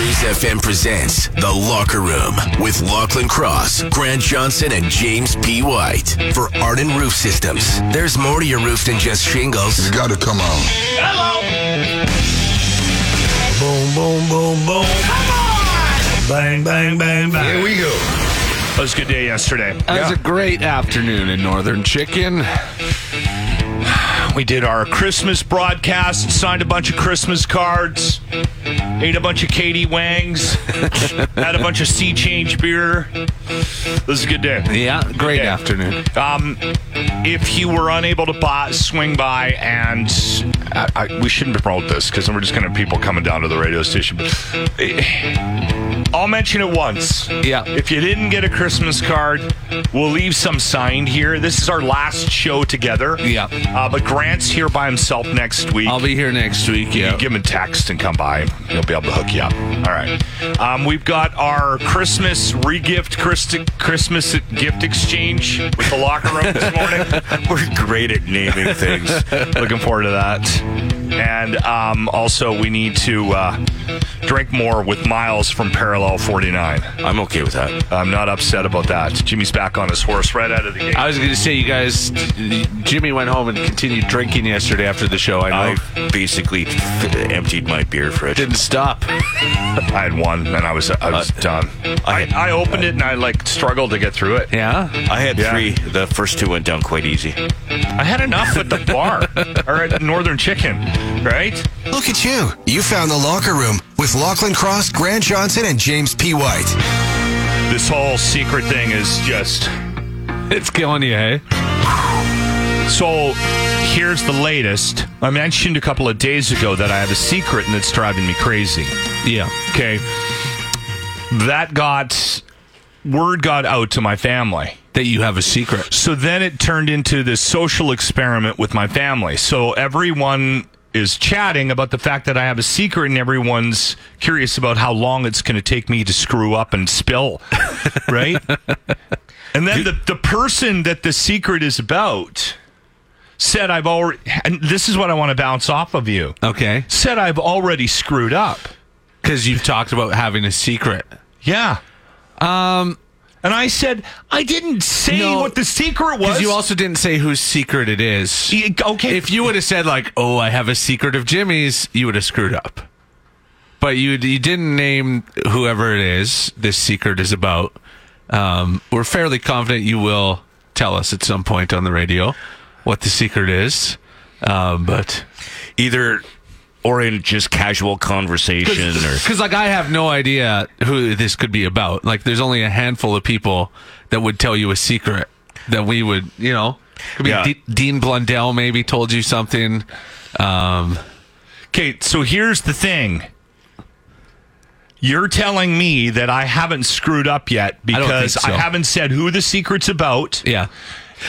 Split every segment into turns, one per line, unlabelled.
Cruise FM presents The Locker Room with Lachlan Cross, Grant Johnson, and James P. White. For Arden Roof Systems, there's more to your roof than just shingles.
It's got to come on.
Boom, boom, boom, boom. Bang, bang, bang, bang. Here we go. That was a good day yesterday.
That was a great afternoon in Northern Chicken.
We did our Christmas broadcast, signed a bunch of Christmas cards, ate a bunch of Katie Wangs, had a bunch of sea change beer. This is a good day.
Yeah, great
Okay.
afternoon.
Um, if you were unable to buy, swing by, and I, I, we shouldn't promote this because we're just going to have people coming down to the radio station. But eh, I'll mention it once.
Yeah.
If you didn't get a Christmas card, we'll leave some signed here. This is our last show together.
Yeah.
Uh, but Grant's here by himself next week.
I'll be here next week.
You
Yeah.
give him a text and come by. He'll be able to hook you up. All right. Um, we've got our Christmas regift, Christi- Christmas gift exchange with the locker room this morning. We're great at naming things. Looking forward to that. And um, also, we need to uh, drink more with Miles from Parallel 49.
I'm okay with that.
I'm not upset about that. Jimmy's back on his horse right out of the gate.
I was going to say, you guys, Jimmy went home and continued drinking yesterday after the show. I know.
I basically f- emptied my beer fridge.
didn't stop.
I had one, and I was I was
Uh,
done. I, I opened it, and I like struggled to get through it.
Yeah.
I had
Yeah.
three. The first two went down quite easy.
I had enough at the bar or at Northern Chicken, right?
Look at you. You found The Locker Room with Lachlan Cross, Grant Johnson, and James P. White.
This whole secret thing is just
It's killing you, hey?
so. Here's the latest. I mentioned a couple of days ago that I have a secret and it's driving me crazy.
Yeah.
Okay. That got word got out to my family.
That you have a secret.
So then it turned into this social experiment with my family. So everyone is chatting about the fact that I have a secret, and everyone's curious about how long it's going to take me to screw up and spill, right? and then the, the person that the secret is about said, I've already, and this is what I want to bounce off of you,
Okay.
said, I've already screwed up.
Because you've talked about having a secret.
Yeah. Um, and I said, I didn't say
No,
what the secret was.
Because you also didn't say whose secret it is.
Y- okay.
If you would have said like, "Oh, I have a secret of Jimmy's," you would have screwed up. But you you didn't name whoever it is. This secret is about. Um, we're fairly confident you will tell us at some point on the radio what the secret is. Um, but
Either or in just casual conversation or
because like I have no idea who this could be about. Like, there's only a handful of people that would tell you a secret that we would, you know. Could be
Yeah.
D- Dean Blundell maybe told you something. Um,
Okay, so here's the thing. You're telling me that I haven't screwed up yet
don't think
because I,
so.
haven't said who the secret's about.
Yeah.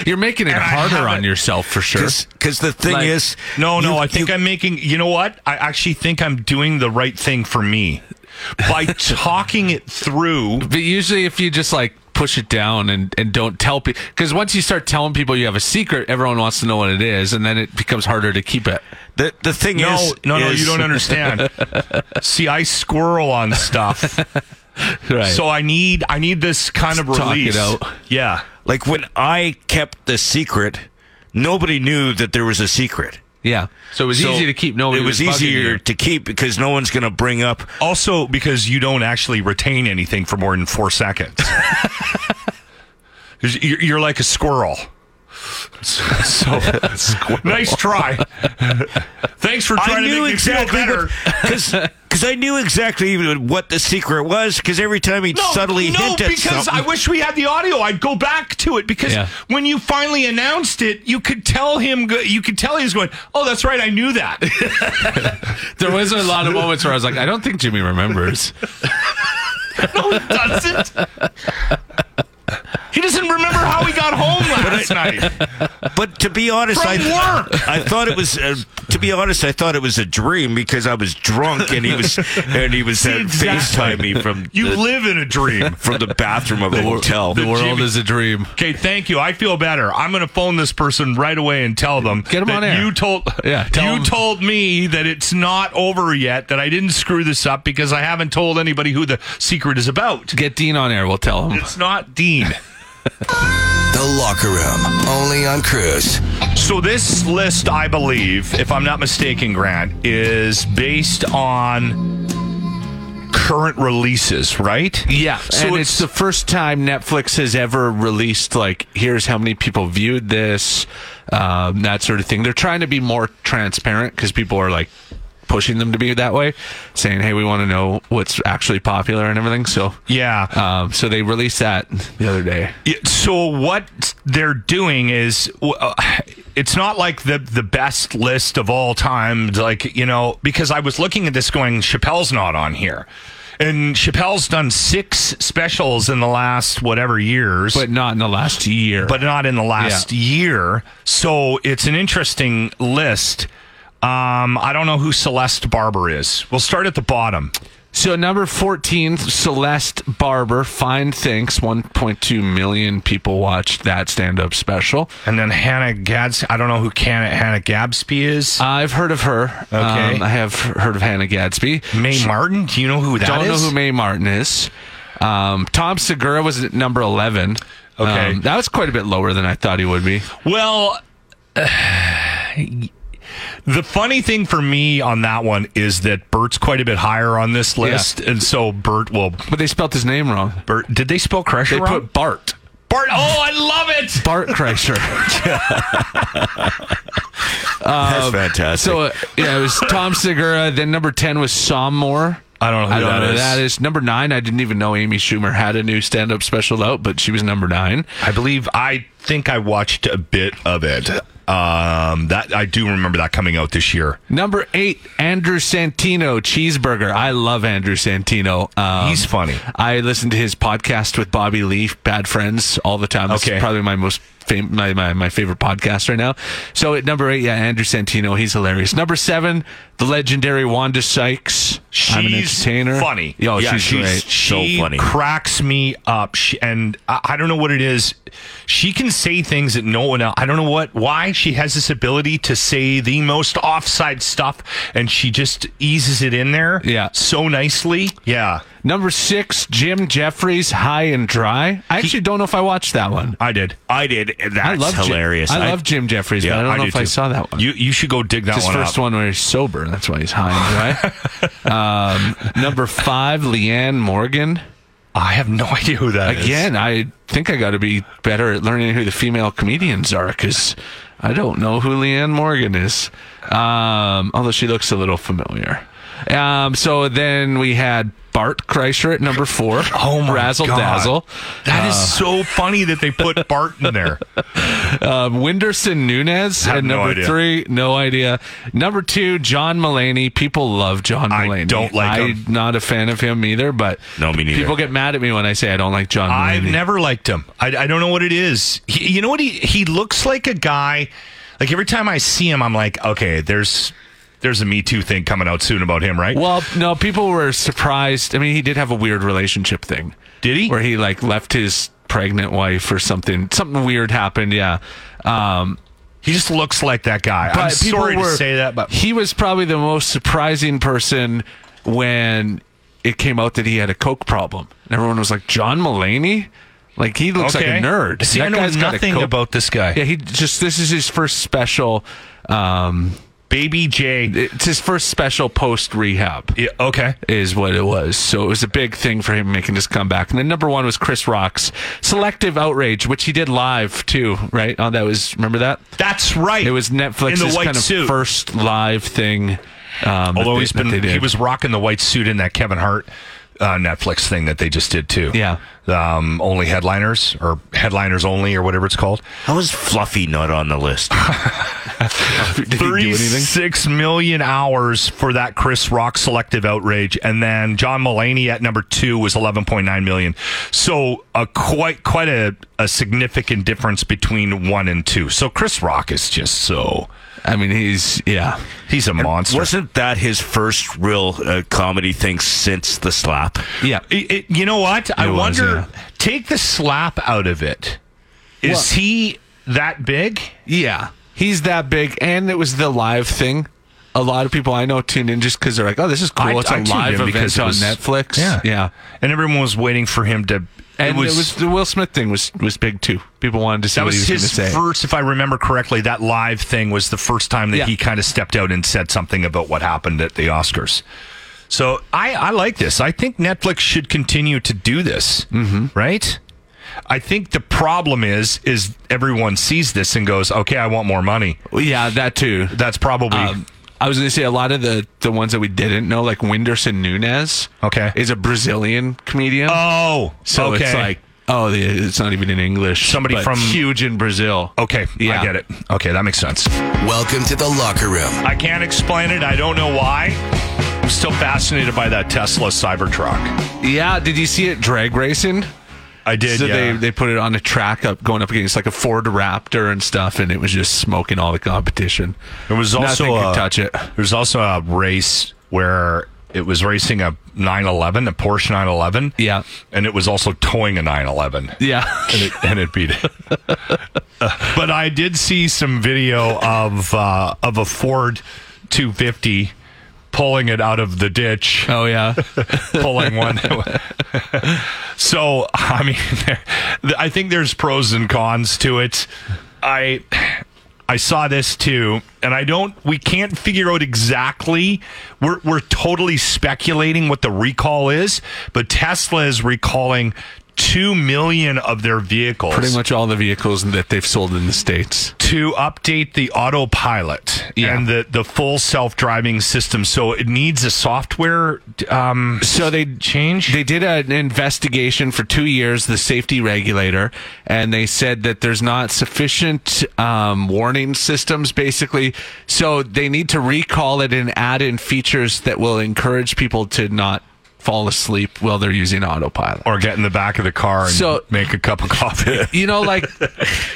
You're making it
And I
harder
haven't-
on yourself for sure.
because the thing
Like-
is,
No, no,
you-
I think
you-
I'm making, you know what? I actually think I'm doing the right thing for me by talking it through.
But usually, if you just like push it down and, and don't tell people, because once you start telling people you have a secret, everyone wants to know what it is, and then it becomes harder to keep it.
the the thing
No,
is,
no, no,
is-
you don't understand. See, I squirrel on stuff.
Right. So,
So I need I need this kind of
Talk it
release.
out.
Yeah.
Like when I kept the secret, nobody knew that there was a secret.
yeah. So it was
So
easy to keep. Nobody
it was,
bugging
easier
you.
to keep because no one's going to bring up.
Also because you don't actually retain anything for more than four seconds. 'Cause you're you're like a squirrel. So nice try. Thanks for trying to make me feel better.
because I knew exactly even what the secret was. Because every time he subtly
no,
hinted
because
something,
I wish we had the audio. I'd go back to it because
Yeah.
when you finally announced it, you could tell him. go- You could tell he was going, "Oh, that's right, I knew that."
There was a lot of moments where I was like, I don't think Jimmy remembers.
no, he doesn't. He doesn't remember how he got home last night
but to be honest, I
from work.
I thought it was. Uh, to be honest, I thought it was a dream because I was drunk and he was and he was uh,
exactly.
FaceTime me from
Um,
You
the,
live in a dream.
from the bathroom of a hotel.
The world is a dream.
Okay, thank you. I feel better. I'm going to phone this person right away and tell them.
Get 'em
that
on air.
You told
Yeah, tell
you
'em.
told me that it's not over yet. That I didn't screw this up because I haven't told anybody who the secret is about.
Get Dean on air. We'll tell him.
It's not Dean.
The Locker Room, only on Cruise.
So this list, I believe, if I'm not mistaken, Grant, is based on current releases, right?
Yeah.
So
and
it's-
it's, the first time Netflix has ever released, like, here's how many people viewed this, um, that sort of thing. They're trying to be more transparent because people are, like, pushing them to be that way, saying, hey, we want to know what's actually popular and everything. So,
Yeah.
um, so they released that the other day.
Yeah, So what they're doing is, w- uh, it's not like the the best list of all time. Like you know, because I was looking at this, going, Chappelle's not on here, and Chappelle's done six specials in the last whatever years,
But not in the last year.
but not in the last year. So it's an interesting list. Um, I don't know who Celeste Barber is. We'll start at the bottom.
So number 14, Celeste Barber, Fine Thanks. 1.2 million people watched that stand-up special.
And then Hannah Gads. I don't know who Can- Hannah Gadsby is.
I've heard of her. Um,
Okay.
I have heard of Hannah Gadsby.
Mae Martin. Do you know who that
Don't know
is?
who Mae Martin is. Um, Tom Segura was at number 11.
Okay.
Um, that was quite a bit lower than I thought he would be.
Well, the funny thing for me on that one is that Bert's quite a bit higher on this list, and so Bert will.
But they spelt his name wrong.
Bert, did they spell Crusher
They
wrong?
put Bart.
Bart. Oh, I love it.
Bart Kreischer.
That's fantastic.
so, uh, yeah, it was Tom Segura. Then number 10 was Sam Moore.
I don't know who
I don't
that
know who
is.
that is. Number nine, I didn't even know Amy Schumer had a new stand up special out, but she was number nine.
I believe I think I watched a bit of it. Um, that I do remember that coming out this year.
Number eight, Andrew Santino, Cheeseburger. I love Andrew Santino. Um,
He's funny.
I listen to his podcast with Bobby Leaf, Bad Friends, all the time. It's
Okay.
probably my most fam- my, my, my favorite podcast right now. So at number eight, yeah, Andrew Santino, he's hilarious. Number seven, the legendary Wanda Sykes. I'm an
She's
entertainer.
funny.
Yo,
Yeah,
she's,
she's-
great.
So
she
funny.
cracks me up, she, and I, I don't know what it is. She can say things that no one else. I don't know what why she has this ability to say the most offside stuff, and she just eases it in there.
Yeah.
so nicely. Yeah,
Number six, Jim Jeffries, High and Dry. I actually don't know if I watched that one.
I did.
I did. and That's
I love Jim-
hilarious.
I, love Jim Jeffries,
Yeah,
but I don't
I
know
do
if I
too.
saw that one.
You you should go dig that
It's his
one
first
up.
one where he's sober. That's why he's high, right? um, number five, Leanne Morgan.
I have no idea who that is.
Again, I think I got to be better at learning who the female comedians are because I don't know who Leanne Morgan is. Um, although she looks a little familiar. Um, so then we had Bart Kreischer at number four.
Oh my
Razzle
God.
Dazzle.
That
Uh.
is so funny that they put Bart in there.
Um, Winderson Nunes
Have
at
no
number
idea.
three. No idea. Number two, John Mulaney. People love John
I
Mulaney.
don't like
I'm
him.
not a fan of him either, but
No, me neither.
people get mad at me when I say I don't like John Mulaney.
I've never liked him. I, I don't know what it is. He, you know what he he looks like a guy. Like every time I see him, I'm like, okay, there's there's a Me Too thing coming out soon about him, right?
Well, no, people were surprised. I mean, he did have a weird relationship thing.
Did he?
Where he like left his pregnant wife or something. Something weird happened. Yeah. Um,
he just looks like that guy. I'm
but people
sorry
were-
to say that, but
he was probably the most surprising person when it came out that he had a coke problem, and everyone was like, "John Mulaney." Like he looks
Okay.
like a nerd.
See, I
that
know
guy's got a
nothing
coke-
about this guy.
Yeah, he just this is his first special. Um,
Baby J.
It's his first special post rehab.
Yeah, okay.
is what it was. So it was a big thing for him making his comeback. And then number one was Chris Rock's Selective Outrage, which he did live too, right? Oh, that was remember that?
That's right.
It was Netflix's
in the white
kind of
suit.
first live thing. Um,
Although
that
he's
they- that
been,
they did.
he was rocking the white suit in that Kevin Hart uh, Netflix thing that they just did too.
Yeah.
um, only headliners or headliners only or whatever it's called.
How is Fluffy not on the list?
did he do
Three
anything?
six million hours for that Chris Rock selective outrage, and then John Mulaney at number two was eleven point nine million. So a quite quite a, a significant difference between one and two. So Chris Rock is just so
I mean, he's yeah.
he's a monster.
Wasn't that his first real uh, comedy thing since the slap?
Yeah.
It- it- you know what? I
It was,
wonder.
yeah.
Take the slap out of it. Is
Well-
he that big?
Yeah. He's that big. And it was the live thing. A lot of people I know tuned in just because they're like, oh, this is cool.
I-
it's a
I tuned in
live
because
event
it
on
was-
Netflix.
Yeah.
Yeah.
And everyone was waiting for him to.
And it was, the Will Smith thing was, was big too. People wanted to see
that
what
was
he was
his
going to say.
first, if I remember correctly, that live thing was the first time that
Yeah.
he kind of stepped out and said something about what happened at the Oscars. So I, I like this. I think Netflix should continue to do this, mm-hmm. right? I think the problem is is everyone sees this and goes, "Okay, I want more money."
yeah, that too.
That's probably
Um, I was going to say a lot of the the ones that we didn't know, like Winderson Nunes,
Okay.
is a Brazilian comedian.
Oh,
so
okay.
it's like, oh, the, it's not even in English.
Somebody
but
from-
huge in Brazil.
okay,
Yeah.
I get it. Okay, that makes sense.
Welcome to the locker room.
I can't explain it. I don't know why. I'm still fascinated by that Tesla Cybertruck.
Yeah, did you see it drag racing?
I did. uh,
so
yeah.
they they put it on a track up going up against like a Ford Raptor and stuff, and it was just smoking all the competition.
There was also uh,
Nothing
a,
could touch it.
There was also a race where it was racing a 911, a Porsche 911.
Yeah.
and it was also towing a 911.
Yeah,
and it, and it beat it. but I did see some video of uh, of a Ford 250 pulling it out of the ditch,
oh yeah,
pulling one. so I mean, there, I think there's pros and cons to it. I I saw this too, and I don't. We can't figure out exactly. We're we're totally speculating what the recall is, but Tesla is recalling. Two million of their vehicles
pretty much all the vehicles that they've sold in the states.
to update the autopilot
Yeah.
and the, the full self driving system. So it needs a software um,
So they
change.
They did an investigation for two years, the safety regulator, and they said that there's not sufficient um, warning systems, basically. So they need to recall it and add in features that will encourage people to not fall asleep while they're using autopilot.
or get in the back of the car and
So-
make a cup of coffee.
you know, like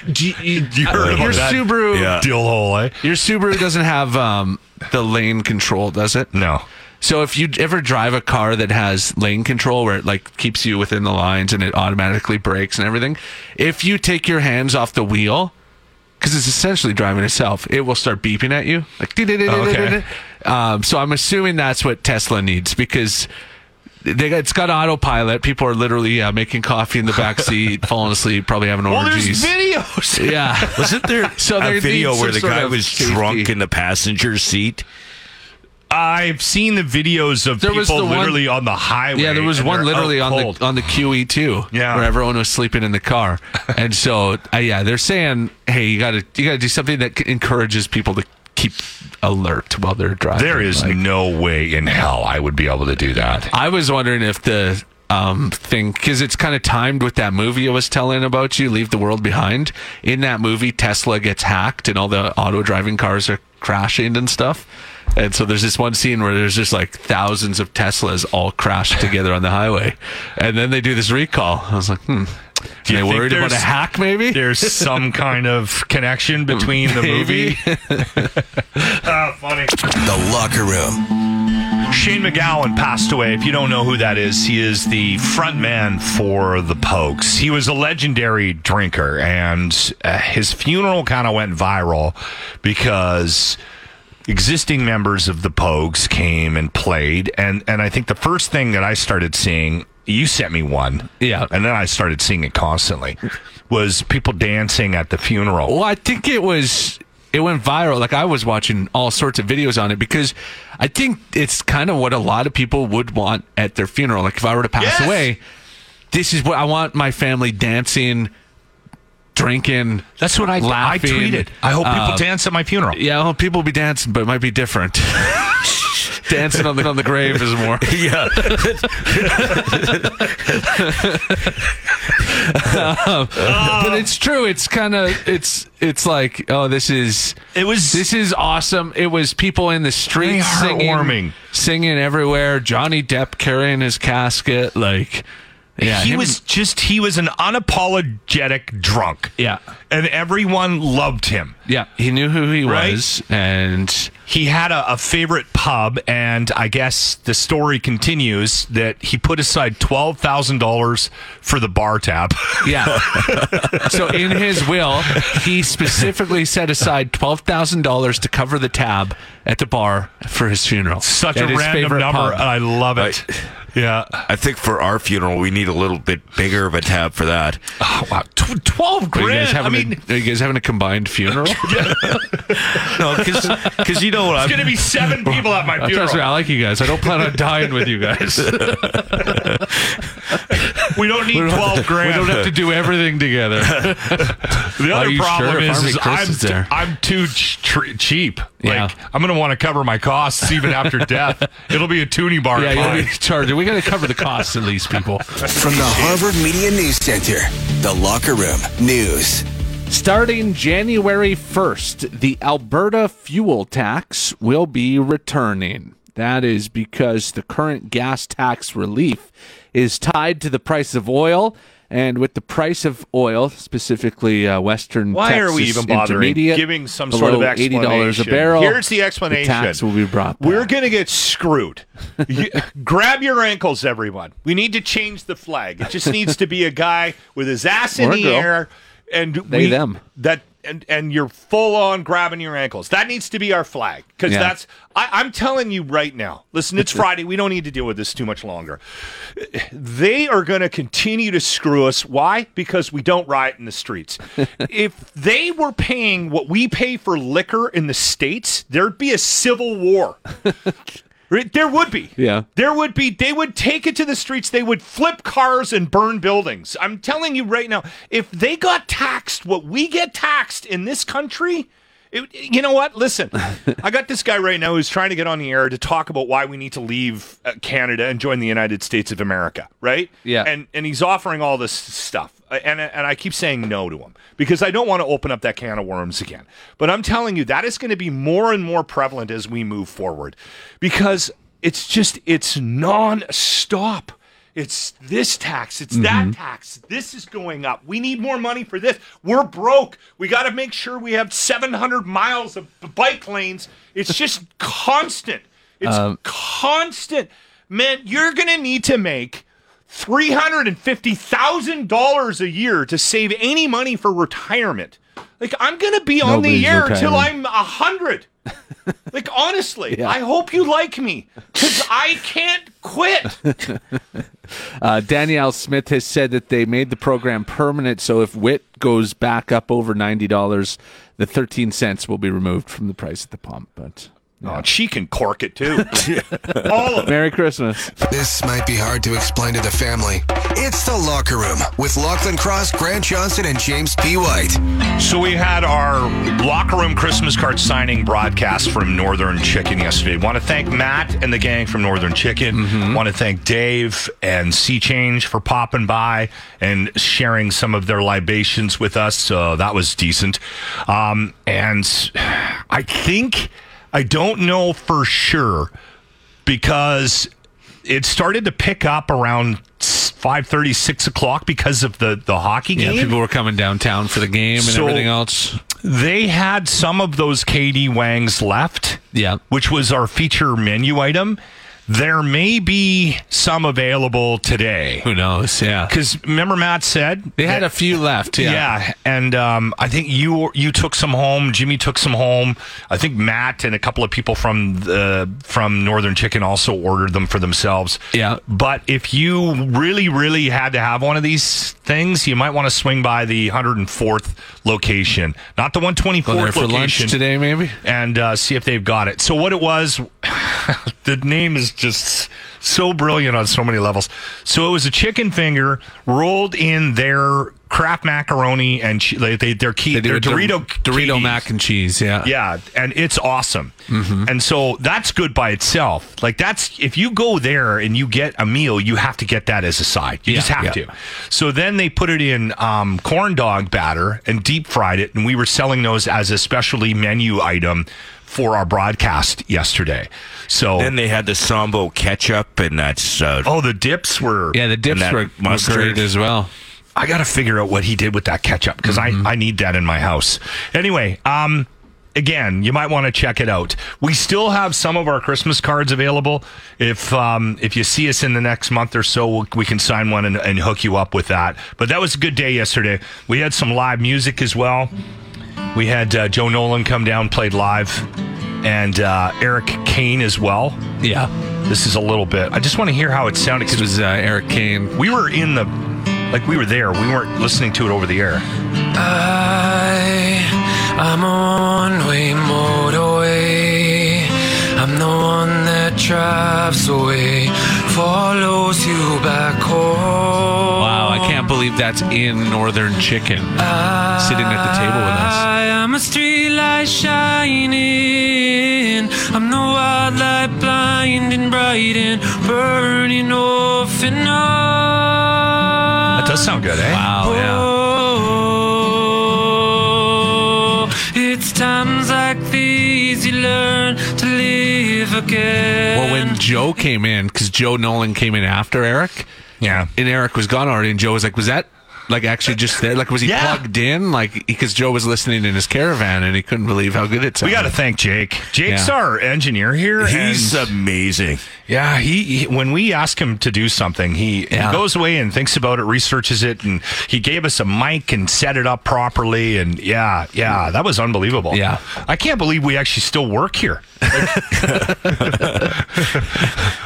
do you,
You heard
your
about that?
Subaru,
Yeah.
Dill hole, eh?
your Subaru doesn't have um, the lane control, does it?
No.
So if you ever drive a car that has lane control where it like keeps you within the lines and it automatically brakes and everything, if you take your hands off the wheel, because it's essentially driving itself, it will start beeping at you. Like,
Okay.
um, so I'm assuming that's what Tesla needs because they got, it's got autopilot. People are literally uh, making coffee in the back seat, falling asleep, probably having
Well, there's
orgies.
videos.
yeah.
Wasn't there
So there
a
needs
video
some
where the
sort
guy
of
was
safety.
drunk in the passenger seat?
I've seen the videos of
There
people
was the one-
literally on the highway.
Yeah, there was
and
one
they're
literally
out
on
cold.
the on the QE two.
Yeah.
where everyone was sleeping in the car, and so uh, yeah, they're saying, hey, you gotta you gotta do something that c- encourages people to keep alert while they're driving.
There is
Like,
no way in hell I would be able to do that.
I was wondering if the um thing because it's kind of timed with that movie I was telling about you, Leave the World Behind. In that movie, Tesla gets hacked and all the auto driving cars are crashing and stuff. And so there's this one scene where there's just like thousands of Teslas all crashed together on the highway, and then they do this recall. I was like, hmm.
Do you
they
think
worried about a
there's-
hack, maybe?
There's some kind of connection between the
Maybe.
movie. Ah, funny.
The locker room.
Shane McGowan passed away. If you don't know who that is, he is the front man for the Pokes. He was a legendary drinker, and uh, his funeral kind of went viral because existing members of the Pogues came and played, and and I think the first thing that I started seeing, you sent me one,
Yeah.
and then I started seeing it constantly, was people dancing at the funeral.
Well, I think it was it went viral. Like I was watching all sorts of videos on it because I think it's kind of what a lot of people would want at their funeral. Like if I were to pass
Yes.
away, this is what I want my family dancing, drinking.
That's what I
laughing.
I tweeted. Um, I hope people
Uh,
dance at my funeral.
Yeah, well, people will be dancing, but it might be different. dancing on the on the grave is more.
Yeah.
Um, but it's true. It's kind of it's it's like oh, this is
It was-
this is awesome. It was people in the streets
Very heartwarming.
singing, singing everywhere. Johnny Depp carrying his casket, like yeah,
he
him-
was just he was an unapologetic drunk.
Yeah.
And everyone loved him.
yeah. He knew who he
Right?
was, and
He had a, a favorite pub, and I guess the story continues that he put aside twelve thousand dollars for the bar tab.
yeah. so in his will, he specifically set aside twelve thousand dollars to cover the tab at the bar for his funeral.
Such
At
a
his
random
favorite
number. Uh,
pub.
and I love it. yeah.
I think for our funeral, we need a little bit bigger of a tab for that.
Oh, wow. Tw- twelve
Are you, guys
grand. I
having a-
mean,
are you guys having a combined funeral?
No, because you know what
it's
I'm.
gonna be seven people at my funeral.
Trust me, I like you guys. I don't plan on dying with you guys.
We don't need
We don't have
twelve
to-
grand.
We don't have to do everything together.
The
Are
other
you
problem
sure? If
is,
Army
is
Chris
I'm,
is there.
I'm too ch- tr- cheap.
Yeah.
Like I'm gonna want to cover my costs even after death. It'll be a tuning bar.
yeah,
fine.
you'll be charging. We got to cover the costs of these people.
From the Harvard Media News Center, The Locker Room News.
Starting January 1st, the Alberta fuel tax will be returning. That is because the current gas tax relief is tied to the price of oil. And with the price of oil, specifically uh, Western
Why
Texas
are we even bothering
Intermediate,
giving some sort of
below
explanation?
$80 a barrel,
Here's the explanation.
tax will be brought back.
We're going to get screwed. You- grab your ankles, everyone. We need to change the flag. It just needs to be a guy with his ass in
Or a
the
girl.
air and
They,
we,
them.
that and and you're full on grabbing your ankles. That needs to be our flag because
Yeah.
that's I, I'm telling you right now. Listen, it's Friday. We don't need to deal with this too much longer. They are going to continue to screw us. Why? Because we don't riot in the streets. if they were paying what we pay for liquor in the states, there'd be a civil war. Right? There would be.
Yeah.
There would be. They would take it to the streets. They would flip cars and burn buildings. I'm telling you right now, if they got taxed what we get taxed in this country, it, you know what? Listen, I got this guy right now who's trying to get on the air to talk about why we need to leave uh, Canada and join the United States of America, right?
Yeah.
And and he's offering all this stuff, Uh, and and I keep saying no to him because I don't want to open up that can of worms again. But I'm telling you, that is going to be more and more prevalent as we move forward, because it's just it's non-stop. It's this tax, it's that tax. This is going up. We need more money for this. We're broke. We got to make sure we have 700 miles of b- bike lanes. It's just constant. It's constant. Man, you're going to need to make $350,000 a year to save any money for retirement. Like, I'm going to be on
Nobody's
the air till
retiring.
I'm a 100. like, honestly, I hope you like me because I can't quit.
Uh, Danielle Smith has said that they made the program permanent, so if WIT goes back up over ninety dollars, the thirteen cents will be removed from the price at the pump. But
Oh, she can cork it too. All of it.
Merry Christmas.
This might be hard to explain to the family. It's The Locker Room with Lachlan Cross, Grant Johnson, and James P. White.
So we had our locker room Christmas card signing broadcast from Northern Chicken yesterday. Want to thank Matt and the gang from Northern Chicken.
Mm-hmm.
Want to thank Dave and Sea Change for popping by and sharing some of their libations with us. So that was decent. Um, and I think I don't know for sure because it started to pick up around 5.30 6 o'clock because of the, the hockey
Yeah,
game
people were coming downtown for the game and
So-
everything else.
they had some of those KD Wangs left.
Yeah.
Which was our feature menu item.
There may be some available today.
Who knows? Yeah.
Because remember, Matt said
They had a few left. Yeah.
yeah, and um, I think you you took some home. Jimmy took some home. I think Matt and a couple of people from the from Northern Chicken also ordered them for themselves.
Yeah.
But if you really really had to have one of these things, you might want to swing by the 104th location, not the 124th
Go there for
location
lunch today, maybe.
and uh, see if they've got it. So what it was, the name is just so brilliant on so many levels. So it was a chicken finger rolled in their Kraft macaroni and che- they, they, their key,
They do
their
a Dor-
Dorito
Dorito
Kitties.
mac and cheese. Yeah.
Yeah, and it's awesome.
Mm-hmm.
And so that's good by itself. Like that's if you go there and you get a meal, you have to get that as a side. You just have
yeah.
to. So then they put it in um, corn dog batter and deep fried it, and we were selling those as a specialty menu item for our broadcast yesterday. So
Then they had the sambo ketchup, and that's uh,
oh, the dips were
Yeah. The dips
And that
were, were
mustard.
great as well.
I got to figure out what he did with that ketchup because I, I need that in my house. Anyway, um, again, you might want to check it out. We still have some of our Christmas cards available. If um, if you see us in the next month or so, we'll, we can sign one and, and hook you up with that. But that was a good day yesterday. We had some live music as well. We had uh, Joe Nolan come down, played live, and uh, Eric Kane as well.
Yeah.
This is a little bit. I just want to hear how it sounded
This
because
was uh, Eric Kane.
we were in the like we were there. We weren't listening to it over the air.
I, I'm a one-way motorway. I'm the one that drives away, follows you back home.
Wow. I can't believe that's in Northern Chicken sitting at the table with us.
I am a street light shining. I'm the wildlight blinding, bright and burning off and on.
That does sound good, eh?
Wow. Yeah.
Oh, it's times like these you learn to live again.
Well, when Joe came in, because Joe Nolan came in after Eric,
Yeah.
and Eric was gone already, and Joe was like, "Was that like actually just there? Like, was he
Yeah.
plugged in? Like, because Joe was listening in his caravan, and he couldn't believe how good it
We
sounded."
got to thank Jake. Jake's
Yeah.
our engineer here.
he's
and-
amazing.
yeah. He, he- when we ask him to do something, he, he
Yeah.
goes away and thinks about it, researches it, and he gave us a mic and set it up properly. And yeah, yeah, that was unbelievable.
Yeah.
I can't believe we actually still work here.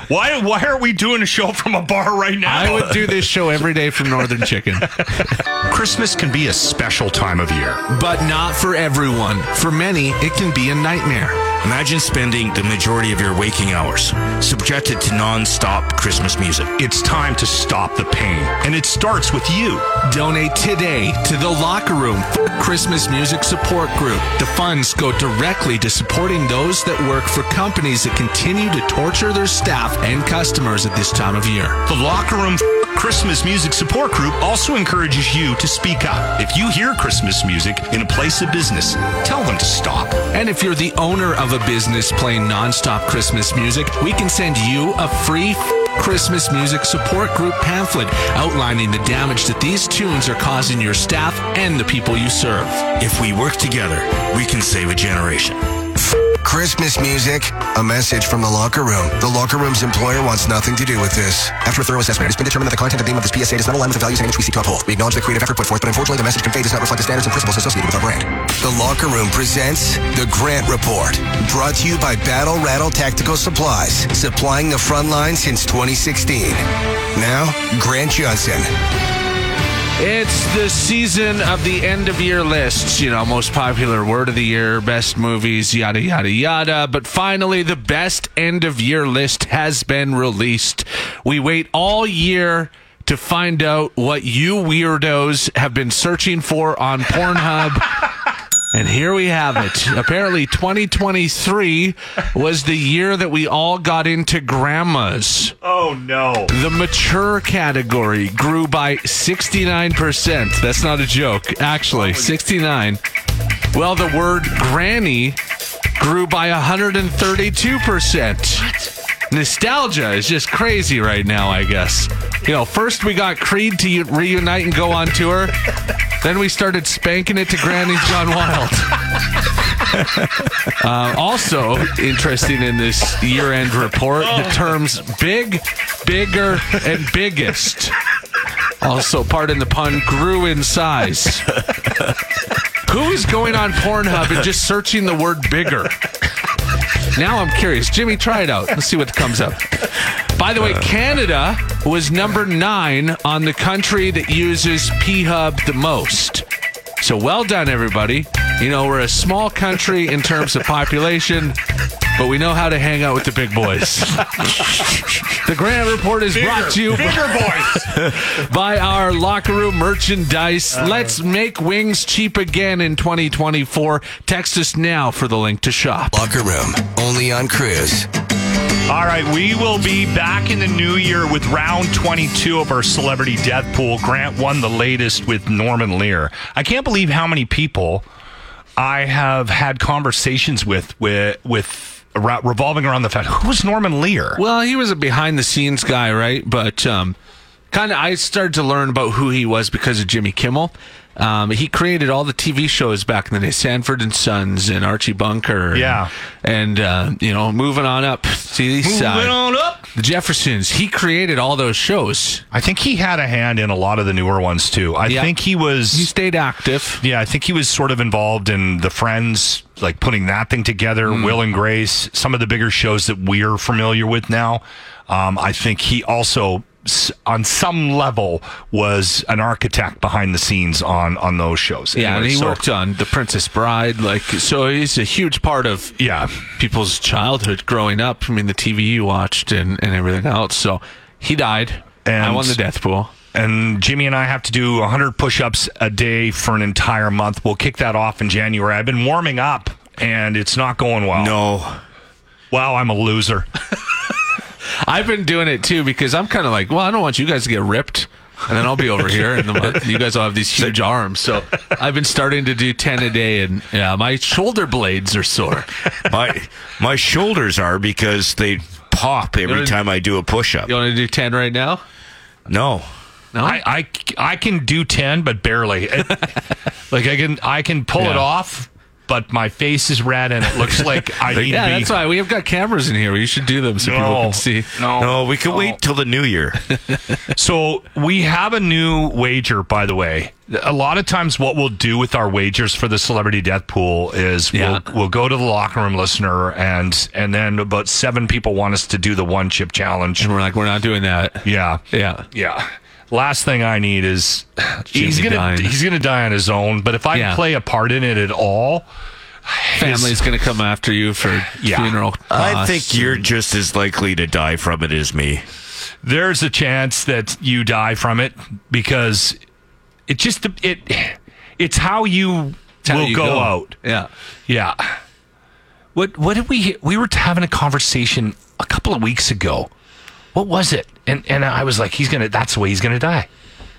why why are we doing a show from a bar right now?
I would do this show every day from Northern Chicken,
Christmas can be a special time of year.
but not for everyone. For many, it can be a nightmare.
Imagine spending the majority of your waking hours subjected to non-stop Christmas music.
It's time to stop the pain, and it starts with you.
Donate today to the Locker Room Christmas Music Support Group. The funds go directly to supporting those that work for companies that continue to torture their staff and customers at this time of year.
The Locker Room F- Christmas Music Support Group also encourages you to speak up. If you hear Christmas music in a place of business, tell them to stop.
And if you're the owner of a business playing nonstop Christmas music, we can send you a free f- Christmas music support group pamphlet outlining the damage that these tunes are causing your staff and the people you serve.
If we work together, we can save a generation.
Christmas music. A message from the locker room. The locker room's employer wants nothing to do with this. After a thorough assessment, it has been determined that the content and theme of this PSA does not align with the values and image we seek to uphold. We acknowledge the creative effort put forth, but unfortunately, the message conveyed does not reflect the standards and principles associated with our brand. The locker room presents the Grant Report, brought to you by Battle Rattle Tactical Supplies, supplying the front line since 2016. Now, Grant Johnson.
It's the season of the end of year lists, you know, most popular word of the year, best movies, yada, yada, yada. But finally, the best end of year list has been released. We wait all year to find out what you weirdos have been searching for on Pornhub. And here we have it. Apparently, 2023 was the year that we all got into grandmas.
Oh no.
The mature category grew by 69%. That's not a joke. Actually, 69. Well, the word granny grew by 132%. Nostalgia is just crazy right now, I guess. You know, first we got Creed to reunite and go on tour. Then we started spanking it to Granny John Wild. Uh, also interesting in this year-end report, the terms "big," "bigger," and "biggest." Also, pardon the pun, grew in size. Who is going on Pornhub and just searching the word "bigger"? Now I'm curious. Jimmy, try it out. Let's see what comes up. By the way,
Uh.
Canada was number nine on the country that uses P Hub the most. So well done, everybody. You know, we're a small country in terms of population, but we know how to hang out with the big boys. the Grant Report is brought to you
Bigger boys.
by our locker room merchandise.
Uh-huh.
Let's make wings cheap again in 2024. Text us now for the link to shop.
Locker room, only on cruise.
All right, we will be back in the new year with round 22 of our celebrity death pool. Grant won the latest with Norman Lear. I can't believe how many people I have had conversations with with with around, revolving around the fact who's Norman Lear.
Well, he was a behind the scenes guy, right? But um, kind of, I started to learn about who he was because of Jimmy Kimmel. Um, he created all the TV shows back in the day, Sanford and Sons and Archie Bunker. and-
Yeah.
and uh, you know, moving on up to the east side,
Moving on up.
the Jeffersons. He created all those shows.
I think he had a hand in a lot of the newer ones too. I
Yeah.
think he was
He stayed active.
Yeah, I think he was sort of involved in the Friends, like putting that thing together.
Mm.
Will and Grace, some of the bigger shows that we're familiar with now. Um, I think he also, s- on some level, was an architect behind the scenes on on those shows.
Yeah, and
Anyway,
he
so-
worked on The Princess Bride. Like, so he's a huge part of
Yeah,
people's childhood growing up. I mean, the TV you watched and, and everything else. So he died.
And-
I won the death pool.
and Jimmy and I have to do 100 push-ups a day for an entire month. We'll kick that off in January. I've been warming up, and it's not going well.
No.
wow, I'm a loser.
I've been doing it too because I'm kind of like, well, I don't want you guys to get ripped. And then I'll be over here, and the month. you guys will have these huge arms. So I've been starting to do ten a day, and yeah, my shoulder blades are sore.
My my shoulders are because they pop every time I do a push up.
You want to do ten right now?
No.
No,
I, I, I can do 10 but barely It- like i can i can pull it
Yeah.
off but my face is red and it looks like i need
yeah,
to be
that's why we have got cameras in here. We should do them so people
no,
can see.
no
No, we can
no.
wait till the new year.
so we have a new wager by the way a lot of times what we'll do with our wagers for the celebrity death pool is
Yeah.
we'll, we'll go to the locker room listener and and then about seven people want us to do the one chip challenge
And we're like, we're not doing that.
yeah
Yeah,
Yeah. Last thing I need is he's
Jimmy
gonna
dying.
he's gonna die on his own. But if I
Yeah.
play a part in it at all,
family's going to come after you for
Yeah.
funeral.
I
costs.
think you're just as likely to die from it as me.
there's a chance that you die from it because it just it it's how you
That's how
will
you
go, out.
Yeah.
Yeah. What what did we we were having a conversation a couple of weeks ago. What was it? And and I was like, he's gonna that's the way he's gonna die.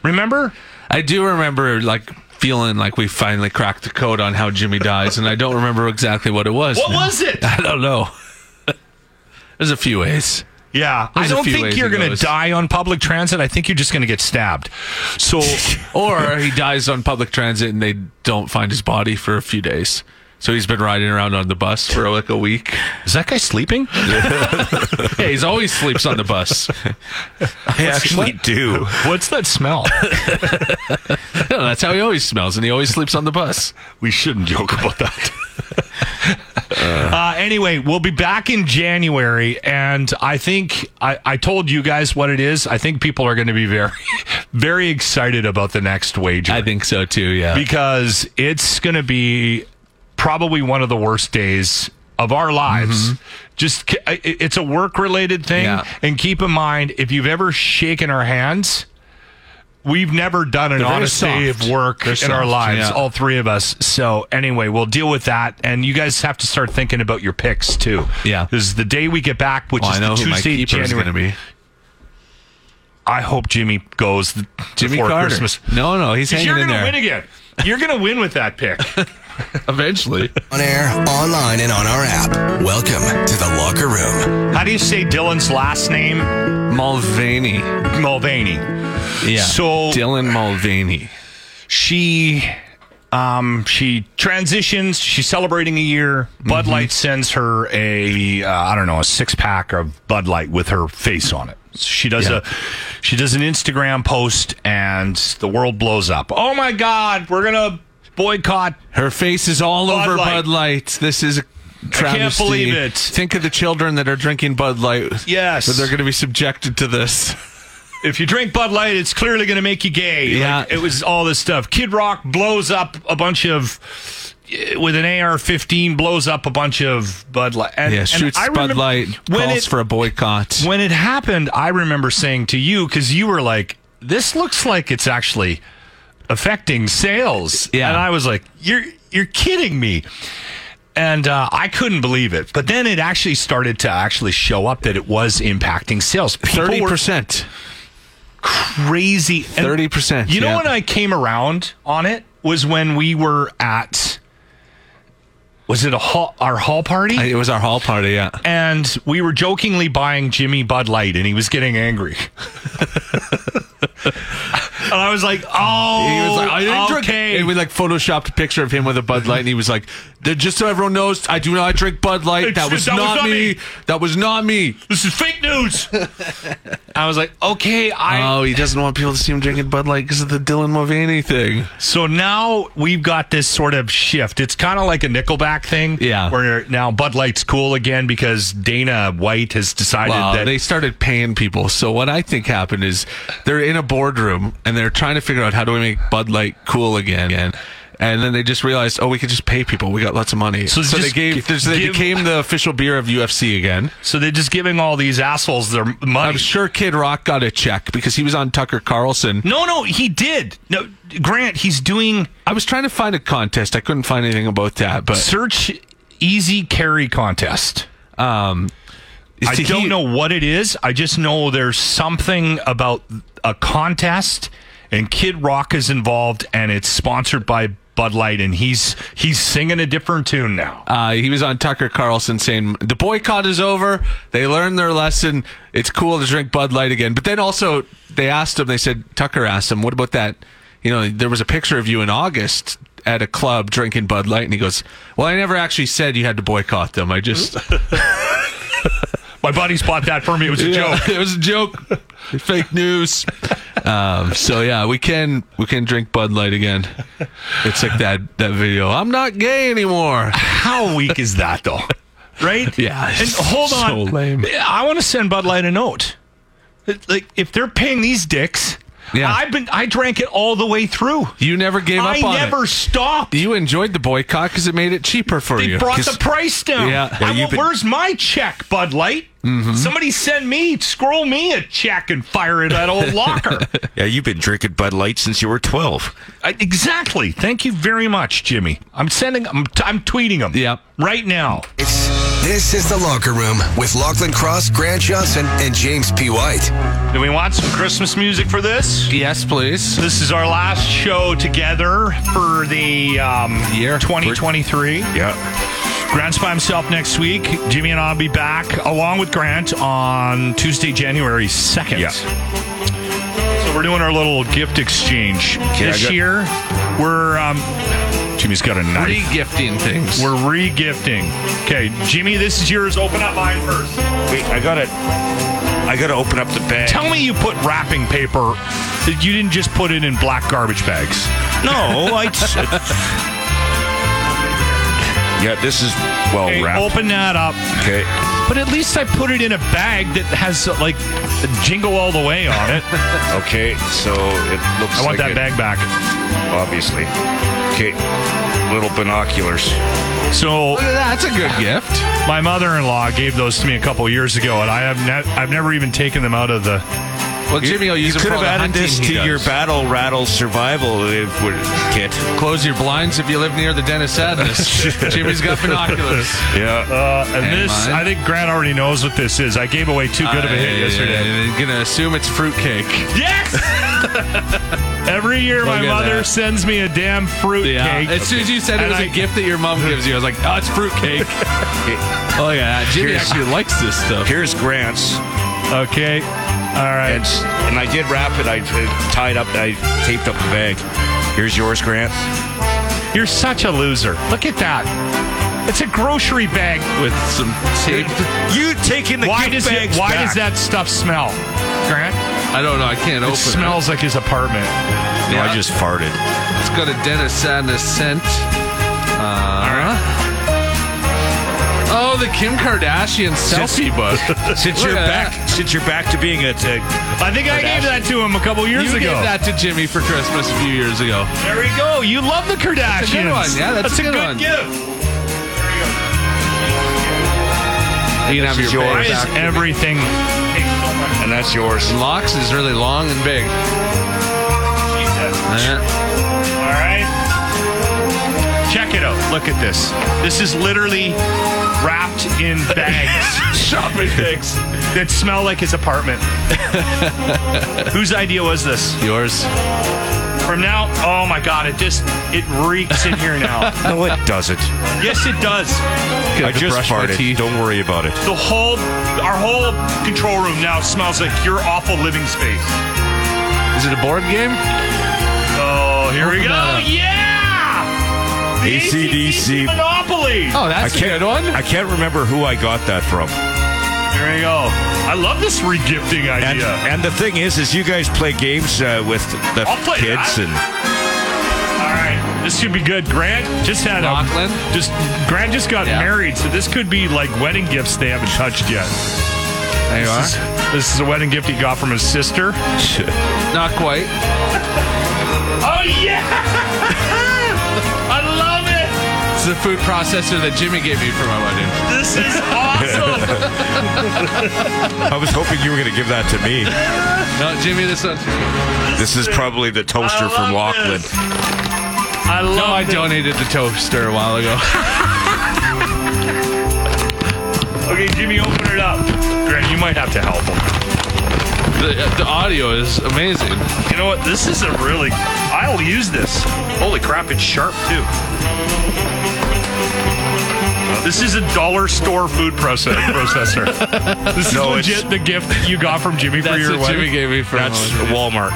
Remember?
I do remember like feeling like we finally cracked the code on how Jimmy dies, and I don't remember exactly what it was.
What
now.
was it?
I don't know. There's a few ways.
Yeah,
There's
I
a
don't
few
think
ways
you're
it
going to
goes.
die on public transit. I think you're just going to get stabbed. So,
Or he dies on public transit and they don't find his body for a few days. So he's been riding around on the bus for like a week.
is that guy sleeping?
Yeah, he's always sleeps on the bus.
I actually do.
What's that smell?
No, that's how he always smells, and he always sleeps on the bus.
we shouldn't joke about that. uh, anyway, we'll be back in January, and I think I, I told you guys what it is. I think people are going to be very, very excited about the next wager.
I think so too. Yeah.
because it's going to be probably one of the worst days of our lives. Just c- i- it's a work related thing,
Mm-hmm. Yeah.
and keep in mind if you've ever shaken our hands. We've never done an
They're very
honest day of
soft.
work
They're
in our
soft,
lives,
yeah.
all three of us. So anyway, we'll deal with that, and you guys have to start thinking about your picks too.
Yeah.
this is the day we get back, which
Well, I
is the
know who my
Tuesday,
keeper is
January.
going to be.
I hope Jimmy goes th-
Jimmy
before
Carter.
Christmas.
No, no, he's hanging
You're
in
gonna
there.
win again. You're gonna win with that pick.
Eventually.
On air, online, and on our app. Welcome to the locker room.
How do you say Dylan's last name?
Mulvaney.
Mulvaney.
Yeah.
So-
Dylan Mulvaney.
She Um, she transitions. She's celebrating a year. Bud Light sends her a uh, I don't know a six pack of Bud Light with her face on it. She does a she does an Instagram post, and the world blows up. Oh my God, we're gonna boycott.
Her face is all
Bud
over
Light.
Bud Light. This is a travesty.
believe it.
Think of the children that are drinking Bud Light.
Yes.
That they're going to be subjected to this.
If you drink Bud Light, it's clearly gonna make you gay. Like,
Yeah.
it was all this stuff. Kid Rock blows up a bunch of. eh, With an AR-15, blows up a bunch of Bud Light. And,
Yeah,
and
shoots
I
Bud
remember
Light,
when
calls
it-
for a boycott.
When it happened, I remember saying to you because you were like, "This looks like it's actually affecting sales,"
Yeah.
and I was like, "You're you're kidding me." And uh, I couldn't believe it, but then it actually started to actually show up that it was impacting sales. People
Thirty
were
percent.
crazy. And
30%,
You know
yeah.
when I came around on it was when we were at. Was it a hall, our hall party?
It was our hall party. Yeah.
and we were jokingly buying Jimmy Bud Light, and he was getting angry. and I was like, "Oh,
He was like, I didn't drink.
okay.
And we like photoshopped a picture of him with a Bud Light, and he was like, "There- "Just so everyone knows, I do not drink Bud Light.
It's-
That was
that was
not
not
me.
me.
That was not me."
this is fake news." I was like, "Okay, I."
oh, he doesn't want people to see him drinking Bud Light because of the Dylan Mulvaney thing.
so now we've got this sort of shift. It's kind of like a Nickelback thing,
Yeah.
Where now Bud Light's cool again because Dana White has decided
Wow,
that
they started paying people. So what I think happened is they're in a boardroom and they're trying to figure out how do we make Bud Light cool again. And, and then they just realized, oh, we could just pay people. We got lots of money. So,
So
they
just
gave,
gi-
so they
give-
became the official beer of UFC again.
so they're just giving all these assholes their money.
I'm sure Kid Rock got a check because he was on Tucker Carlson.
no, no, he did. No, Grant, he's doing.
I was trying to find a contest. I couldn't find anything about that, but
search easy carry contest.
um,
I
he-
don't know what it is. I just know there's something about a contest and Kid Rock is involved and it's sponsored by Bud Light and he's he's singing a different tune now.
Uh, he was on Tucker Carlson saying the boycott is over. They learned their lesson. It's cool to drink Bud Light again. But then also they asked him. They said Tucker asked him, "What about that? You know, there was a picture of you in August at a club drinking Bud Light." And he goes, "Well, I never actually said you had to boycott them. I just
My buddies bought that for me. It was a joke.
it was a joke. Fake news." Um, so yeah, we can we can drink Bud Light again. It's like that that video. I'm not gay anymore.
How weak is that though? Right?
Yeah,
And
it's
hold
so
on.
lame.
I want to send Bud Light a note. It- Like if they're paying these dicks,
Yeah.
I've been I drank it all the way through.
You never gave up
I
on it.
never stopped.
You enjoyed the boycott because it made it cheaper for
They
you.
brought
'Cause-
the price down.
Yeah.
I
Yeah,
want-
you've been- Mm-hmm.
where's my check, Bud Light? Somebody send me, scroll me a check and fire it at old locker.
Yeah, you've been drinking Bud Light since you were 12.
I- exactly. Thank you very much, Jimmy. I'm sending. I'm, I'm tweeting them.
Yep.
Right now.
It's This is The Locker Room with Lachlan Cross, Grant Johnson, and James P. White.
Do we want some Christmas music for this?
yes, please.
This is our last show together for the um,
Year.
2023.
Yeah.
Grant's by himself next week. Jimmy and I'll be back along with Grant on Tuesday, January 2nd.
Yeah.
So we're doing our little gift exchange.
I
this
got-
year, we're. Um, Jimmy's got a knife.
Regifting things.
we're re gifting. Okay, Jimmy, this is yours. Open up mine first.
Wait, I gotta, I gotta open up the bag.
Tell me you put wrapping paper, that you didn't just put it in black garbage bags.
No, I. yeah, this is well
Okay,
wrapped.
open that up.
Okay.
But at least I put it in a bag that has, uh, like, jingle all the way on it.
Okay. So it looks.
I want
like
that
it,
bag back.
Obviously. Okay. Little binoculars.
So
That's a good gift.
my mother-in-law gave those to me a couple years ago, and I have ne- I've never even taken them out of the.
Well, Jimmy, I'll use
you
it
could
for all
have
the
added
hunting
this
he
to
does.
your battle rattle survival if we're- kit.
Close your blinds if you live near the den of sadness. Jimmy's got binoculars.
Yeah.
Uh, and,
And
this,
mine.
I think Grant already knows what this is. I gave away too good of a hit yesterday.
I'm gonna assume it's fruitcake.
Yes. Every year, my
Look at
mother
that.
sends me a damn fruit cake.
As soon as you said it
And
was a
I-
gift that your mom gives you, I was like, oh, it's fruitcake. oh yeah, Jimmy
Here's-
actually likes this stuff.
Here's Grant's.
Okay. All right.
And, s- and I did wrap it. I I tied up. I taped up the bag. Here's yours, Grant.
You're such a loser. Look at that. It's a grocery bag with some tape.
You taking the
Why does
gift
it,
bags
why
back.
does that stuff smell? Grant,
I don't know. I can't
it
open
smells like his apartment.
No, I just farted.
it. It's got a Dennis Sadness scent. Uh, oh, the Kim Kardashian selfie book.
Since
Look
you're
at
back, since you're back to being a, t-
I think I gave that to him a couple years
you
ago.
gave that to Jimmy for Christmas a few years ago.
There we go. You love the Kardashians.
a good one. Yeah, that's a good one.
gift.
You can have your
Why is
yours.
everything?
and that's yours.
Locks is really long and big. Uh,
All right. Check it out. Look at this. This is literally wrapped in bags. Shopping bags that smell like his apartment. Whose idea was this?
yours.
From now, oh my god, it just it reeks in here now.
No, it doesn't.
yes, it does.
I just
brush my
farted.
teeth.
Don't worry about it.
The whole our whole control room now smells like your awful living space.
Is it a board game?
Oh, here we go.
Open that up.
Yeah! The
AC/DC.
AC/DC Monopoly.
Oh, that's a
I can't-
good one.
I can't remember who I got that from.
Here we go. I love this regifting
And
idea.
and the thing is, is you guys play games uh, with the
I'll play
kids
that.
and
All right, this should be good. Grant just had
Lachlan?
a just Grant just got
Yeah.
married, so this could be like wedding gifts they haven't touched yet.
There you
This is,
are.
this is a wedding gift he got from his sister.
Not quite.
Oh yeah! I love it.
It's the food processor that Jimmy gave me for my wedding.
This is awesome.
I was hoping you were going to give that to me.
No, Jimmy, this one's for you.
This is probably the
I
toaster
love
from Lachlan.
this. I love.
No, Oh, I
this.
donated the toaster a while ago.
Okay, Jimmy, open it up. Grant, you might have to help him.
The, the audio is amazing.
You know what? This is a really. I'll use this. Holy crap! It's sharp too. Uh, This is a dollar store food process, processor. This is
No, it's-
legit the gift that you got from Jimmy for
That's
your
what
wedding.
Jimmy gave me for my
That's
wedding.
Walmart.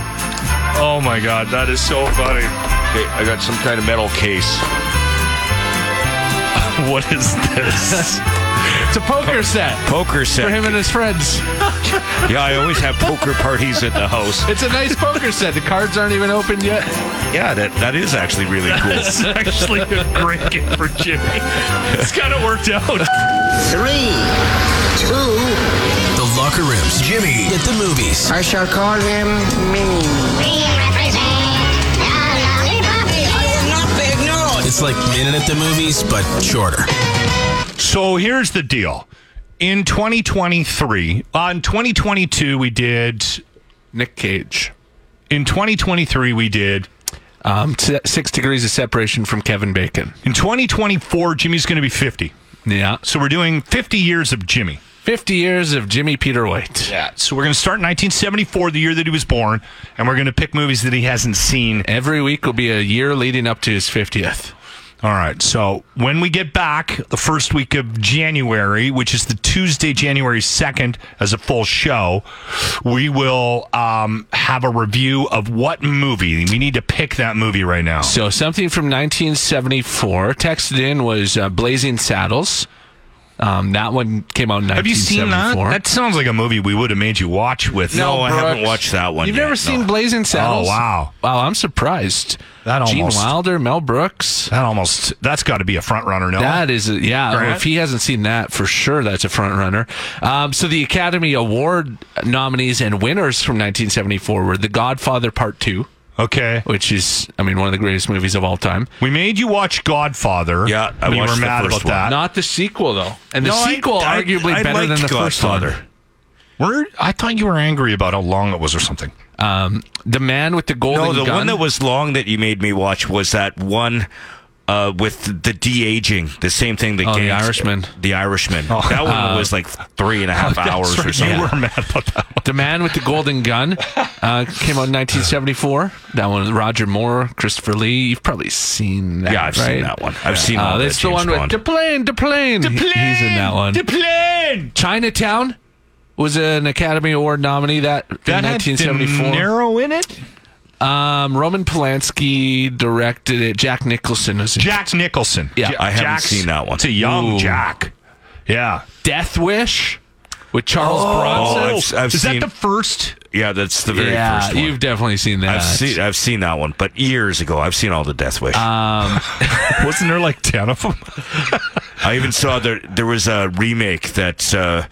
Oh my god, that is so funny.
Okay, I got some kind of metal case.
What is this?
It's a poker set
Poker set.
for him and his friends.
Yeah, I always have poker parties at the house.
It's a nice poker set. The cards aren't even opened yet.
Yeah, that, that is actually really cool.
This is actually a great gift for Jimmy. It's kind of worked out.
Three, two,
The Locker Room's Jimmy at the movies.
I shall call him Minnie.
It's like Minute at the Movies, but shorter.
So here's the deal. In uh, 2023, on 2022, we did.
Nick Cage.
In 2023, we did.
Um, t- six degrees of separation from Kevin Bacon.
In 2024, Jimmy's going to be 50.
Yeah.
So we're doing 50 years of Jimmy.
50 years of Jimmy Peter White.
Yeah. So we're going to start in 1974, the year that he was born, and we're going to pick movies that he hasn't seen.
Every week will be a year leading up to his 50th.
All right. So when we get back the first week of January, which is the Tuesday, January 2nd, as a full show, we will um, have a review of what movie. We need to pick that movie right now.
So something from 1974 texted in was uh, Blazing Saddles. Um, that one came out in 1974.
Have you seen that? That sounds like a movie we would have made you watch with.
No, I haven't
Brooks.
watched that one.
You've
yet,
never
no.
seen Blazing Saddles?
Oh, wow.
Wow, I'm surprised.
That
Gene
almost-
Wilder, Mel Brooks.
That almost, that's got to be a front runner, no?
That is, a, yeah. well,
Grant?
if he hasn't seen that, for sure, that's a front runner. Um, so the Academy Award nominees and winners from 1974 were The Godfather Part Two,
okay.
which is, I mean, one of the greatest movies of all time.
We made you watch Godfather.
Yeah, I
we
watched
were
the
mad
first
about
one.
that.
Not the sequel though, and the
No, I-
sequel
Oh, I-
arguably
I
better than
liked
the first one.
Godfather.
Where I thought you were angry about how long it was or something.
Um, the Man with the Golden
No, the
Gun.
one that was long that you made me watch was that one uh, with the de aging, the same thing that
Oh, The
gangs-
Irishman. Oh. Uh,
The Irishman. that one was like three and a half hours or something.
You were mad about that. One.
The Man with the Golden Gun uh, came out in 1974. That one, with Roger Moore, Christopher Lee. You've probably seen that.
Yeah, I've
right?
seen that one. I've seen all
Uh,
that
that's the
James
one
Bond.
with the plane, the plane. He- He's in that one.
The plane.
Chinatown was an Academy Award nominee that,
That
in
had De
1974.
Niro in it.
Um, Roman Polanski directed it. Jack Nicholson was in
Jack Nicholson.
Yeah,
Ja-
I haven't
Jack's-
seen that one.
It's a young
Ooh.
Jack. Yeah.
Death Wish with Charles Bronson.
I've s- I've
Is
seen-
that the first?
Yeah, that's Oh, the very
yeah,
first one.
you've definitely seen that.
I've seen I've seen that one, but years ago. I've seen all the Death Wish.
Uh,
Wasn't there like ten of them?
I even saw there there was a remake that uh,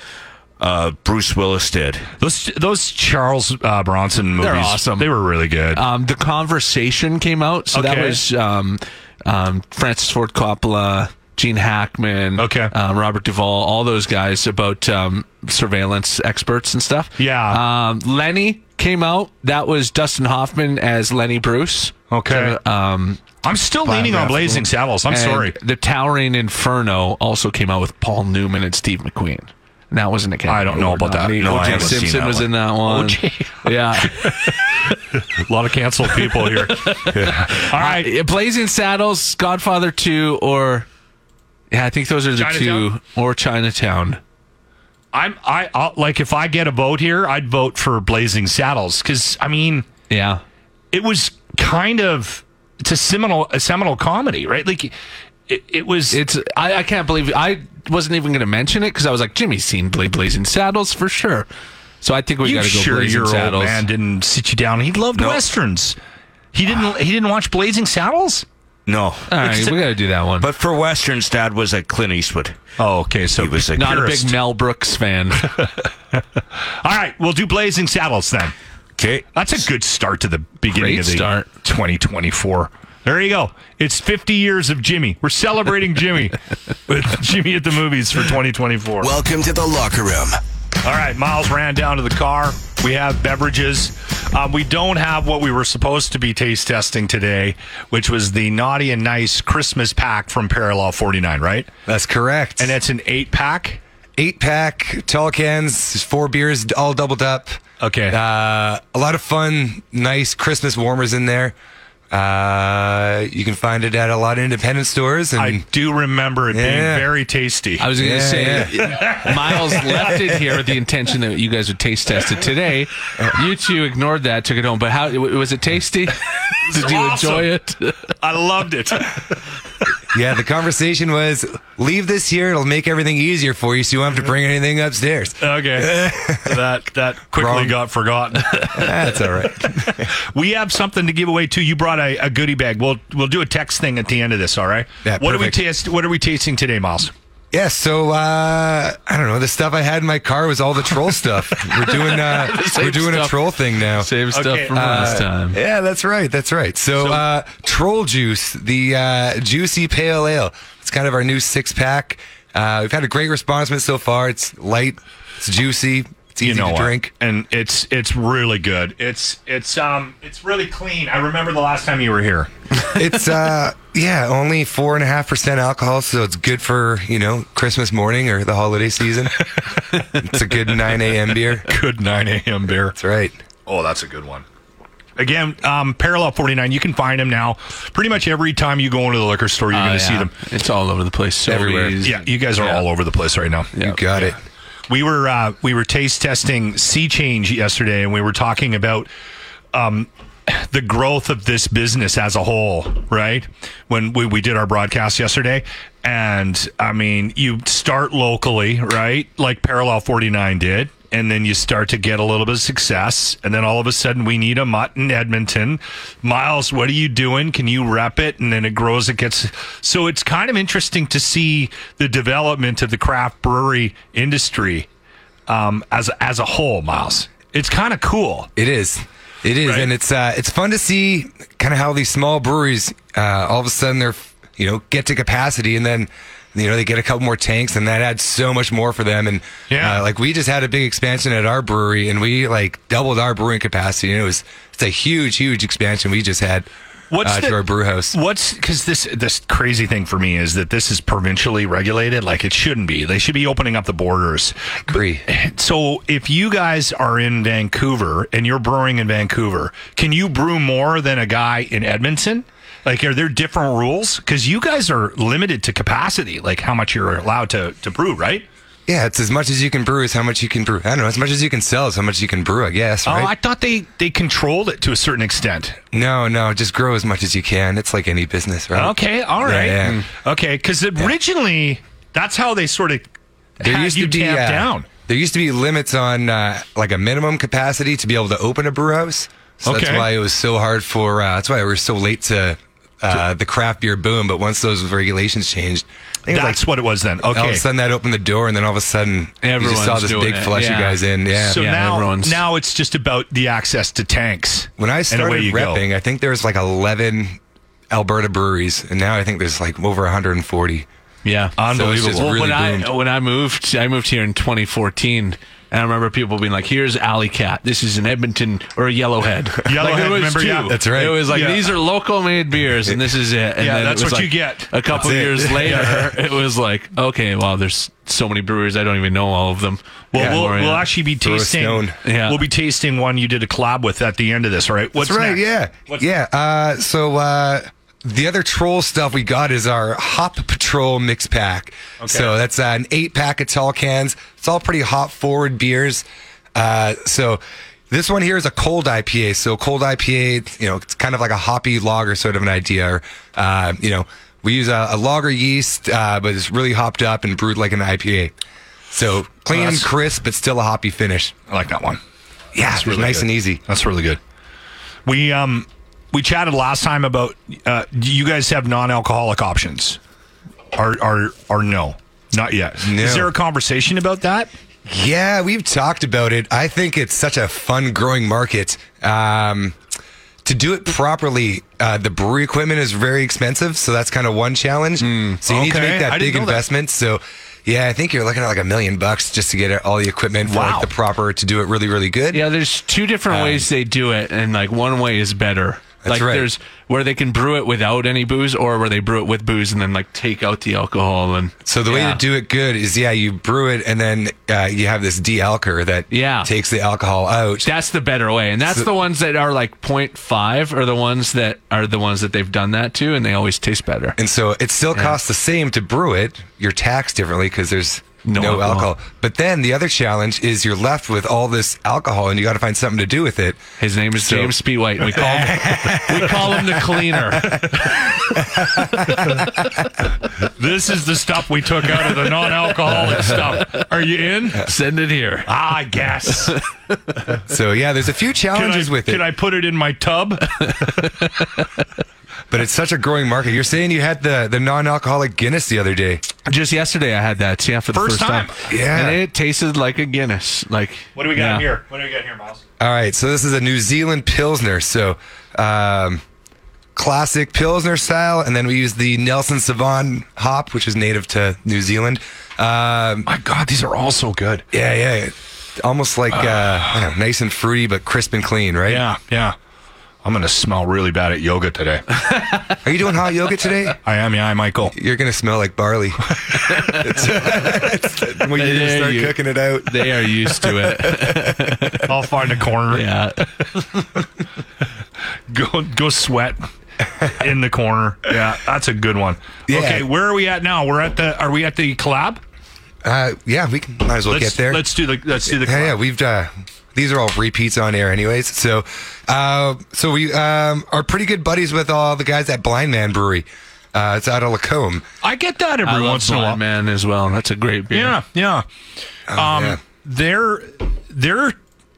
uh, Bruce Willis did.
Those those Charles uh, Bronson movies.
They're awesome.
They were really good.
Um, the Conversation came out, so that
Okay.
was um, um, Francis Ford Coppola, Gene Hackman,
Okay.
um, Robert Duvall, all those guys about um, surveillance experts and stuff.
Yeah.
um, Lenny came out. That was Dustin Hoffman as Lenny Bruce.
okay.
Um,
I'm still leaning on Blazing Saddles. Oh, I'm
and
sorry.
The Towering Inferno also came out with Paul Newman and Steve McQueen. And that was an Academy.
I don't know
Award
about that.
nominee.
No, I
O.J.
haven't seen
Simpson
that
was
one.
in that one. Yeah.
A lot of canceled people here. All right.
Yeah, Blazing Saddles, Godfather 2, or yeah, I think those are the
Chinatown?
two, or Chinatown.
I'm I I'll, like if I get a vote here, I'd vote for Blazing Saddles because I mean
Yeah,
it was kind of it's a seminal a seminal comedy, right? Like it, it was.
it's I, I can't believe I wasn't even going to mention it because I was like Jimmy's seen Bla- Blazing Saddles for sure. So I think we
you
got to go
sure
Blazing
your
Saddles.
old man didn't sit you down? He loved westerns. He didn't. He didn't watch Blazing Saddles.
No,
All right, we got to do that one.
but for westerns, Dad was a Clint Eastwood.
Oh, okay. So
He was a
Not a
purist.
big Mel Brooks fan.
all right, we'll do Blazing Saddles then.
Okay,
That's a good start to the beginning
Great
of the
start.
2024. There you go. It's 50 years of Jimmy. We're celebrating Jimmy with Jimmy at the movies for 2024.
Welcome to the locker room.
All right, Miles ran down to the car. We have beverages. Um, we don't have what we were supposed to be taste testing today, which was the naughty and nice Christmas pack from Parallel 49, right?
That's correct.
And it's an eight pack.
eight pack, tall cans, four beers, all doubled up.
Okay.
Uh, a lot of fun, nice Christmas warmers in there. Uh, you can find it at a lot of independent stores. And
I do remember it
Yeah.
being very tasty.
I was going to
Yeah,
say Miles left it here with the intention that you guys would taste test it today. You two ignored that, took it home. But how was it tasty? Did you
awesome.
enjoy it?
I loved it.
yeah, the conversation was leave this here; it'll make everything easier for you, so you won't have to bring anything upstairs.
Okay. that that quickly
Wrong.
got forgotten.
That's all right.
we have something to give away too. You brought a, a goodie bag. We'll we'll do a text thing at the end of this, all right?
Yeah,
what are we
perfect.
taste what are we tasting today, Miles?
Yeah, so uh, I don't know. The stuff I had in my car was all the troll stuff. We're doing uh,
Same
we're doing
stuff.
a troll thing now.
Save stuff
Okay,
from last time.
Yeah, that's right. That's right. So, uh, Troll Juice, the uh, juicy pale ale. It's kind of our new six pack. Uh, we've had a great response from it so far. It's light, it's juicy, it's easy to
what?
drink.
and it's it's really good. It's it's um it's really clean. I remember the last time you were here.
It's uh, yeah, only four and a half percent alcohol, so it's good for you know Christmas morning or the holiday season. it's a good nine a.m. beer.
Good 9 a.m. beer.
That's right.
Oh, that's a good one. Again, um, Parallel 49, you can find them now. Pretty much every time you go into the liquor store, you're
Oh,
going to see
yeah.
them.
It's all over the place. So
Everywhere.
is-
Yeah, you guys are all over the place right now.
You got it.
We were uh, we were taste testing Sea Change yesterday, and we were talking about um, the growth of this business as a whole. Right when we, we did our broadcast yesterday, and I mean, you start locally, right, like Parallel Forty Nine did. And then you start to get a little bit of success. And then all of a sudden, we need a mutt in Edmonton. Miles, what are you doing? Can you rep it? And then it grows, it gets. So it's kind of interesting to see the development of the craft brewery industry um, as as a whole, Miles. It's kind of cool.
It is. It is,
Right.
and it's uh, it's fun to see kind of how these small breweries uh, all of a sudden they're you know get to capacity, and then you know they get a couple more tanks, and that adds so much more for them. And
Yeah.
uh, like we just had a big expansion at our brewery, and we like doubled our brewing capacity, and it was it's a huge, huge expansion we just had
What's
uh,
the-
to our brew house.
What's because this this crazy thing for me is that this is provincially regulated, like it shouldn't be. They should be opening up the borders.
Agree.
So if you guys are in Vancouver and you're brewing in Vancouver, can you brew more than a guy in Edmonton? Like, are there different rules? Because you guys are limited to capacity, like how much you're allowed to to brew, right?
Yeah, it's as much as you can brew is how much you can brew. I don't know. As much as you can sell is how much you can brew, I guess,
Oh,
right?
I thought they they controlled it to a certain extent.
no, no. Just grow as much as you can. It's like any business, right?
Okay, all
Yeah,
right. Mm.
yeah.
Okay, because originally that's how they sort of
There
had
used
you
to be
tamped
uh,
down.
There used to be limits on uh, like a minimum capacity to be able to open a brew house. So
Okay.
that's why it was so hard for. Uh, that's why we were so late to uh, the craft beer boom. But once those regulations changed, I think it was
That's what it was then.
All of
Okay.
a sudden, that opened the door, and then all of a sudden, you just saw
Everyone's
this
doing
big
it.
flush
Yeah.
of guys in. Yeah.
So
Yeah,
now,
everyone's-
now it's just about the access to tanks.
when I
and away
started
you go.
repping, I think there was like 11 Alberta breweries, and now I think there's like over 140.
Yeah,
Unbelievable.
Well,
really
when I
boomed.
when I moved, I moved here in 2014, and I remember people being like, "Here's Alley Cat. This is an Edmonton or a Yellowhead.
Yellowhead,
Like, it was
remember,
two.
yeah.
That's right.
It was like
Yeah.
these are local made beers, and this is it. And
Yeah,
then it
that's
was
what you
like-
get.
A couple
That's it.
years later, it was like, okay, well, there's so many breweries, I don't even know all of them.
Well,
Yeah.
we'll,
Or,
we'll
yeah.
actually be
a
tasting.
stone.
Yeah.
We'll be tasting one you did a collab with at the end of this, right? What's
That's right.
next?
Yeah.
What's-
yeah. Uh, so uh, the other troll stuff we got is our Hop Patrol mix pack. So that's uh, an eight pack of tall cans. It's all pretty hop forward beers. Uh, so this one here is a cold IPA. So cold IPA, you know, it's kind of like a hoppy lager sort of an idea. Or, uh, you know, we use a, a lager yeast, uh, but it's really hopped up and brewed like an IPA. So clean and crisp, but still a hoppy finish.
I like that one.
Yeah,
That's
it's
really
nice
good.
and easy.
That's really good. We um we chatted last time about uh, do you guys have non-alcoholic options? Or or or no? Not yet.
No.
Is there a conversation about that?
Yeah, we've talked about it. I think it's such a fun growing market. Um, to do it properly, uh, the brewery equipment is very expensive, so that's kind of one challenge. so you need to
Hmm. okay.
make
I
that
didn't
big
know that.
investment. So, yeah, I think you're looking at like a million bucks just to get it- all the equipment for
Wow.
like the proper to do it really, really good.
Yeah, there's two different ways they do it, and like one way is better.
Um, That's
like
right.
there's where they can brew it without any booze, or where they brew it with booze and then like take out the alcohol and
So the way
Yeah.
to do it good is yeah, you brew it and then uh, you have this de-alker that
Yeah.
takes the alcohol out.
That's the better way. And that's the ones that are like 0.5 are the ones that are the ones that they've done that to and they always taste better.
And so it still costs the same to brew it. You're taxed differently because there's
No
no,
alcohol.
alcohol. But then the other challenge is you're left with all this alcohol and you got to find something to do with it.
His name is
So-
James P. White. We call him, we call him the cleaner.
This is the stuff we took out of the non-alcoholic stuff. Are you in?
Send it here.
Ah, I guess.
So yeah, there's a few
Can I,
challenges with
can
it,
I put it in my tub?
but it's such a growing market. You're saying you had the, the non-alcoholic Guinness the other day.
Just yesterday I had that. Yeah, for the first,
First
time.
time.
Yeah.
And it tasted like a Guinness. Like
What do we got
yeah.
here? What do we got here, Miles?
All right, so this is a New Zealand Pilsner. So um, classic Pilsner style, and then we use the Nelson Sauvon hop, which is native to New Zealand. Um,
My God, these are all so good.
Yeah, yeah. Almost like uh, I don't know, nice and fruity, but crisp and clean, right?
Yeah, yeah. I'm gonna smell really bad at yoga today.
Are you doing hot yoga today?
I am, yeah, I Michael.
You're gonna smell like barley. It's- it's- when you
There
just start
you-
cooking it out.
They are used to it.
I'll find a corner.
Yeah.
Go go sweat in the corner. Yeah, that's a good one.
Yeah.
Okay, where are we at now? We're at the are we at the collab?
Uh, yeah, we can might as well
Let's
get there.
let's do the let's do the
yeah, yeah,
collab.
we've uh, these are all repeats on air, anyways. So, uh, so we um, are pretty good buddies with all the guys at Blind Man Brewery. Uh, it's out of Lacombe.
I get that every
I love
once in a while.
Blind Man as well. That's a great beer.
Yeah, yeah. um
yeah.
their their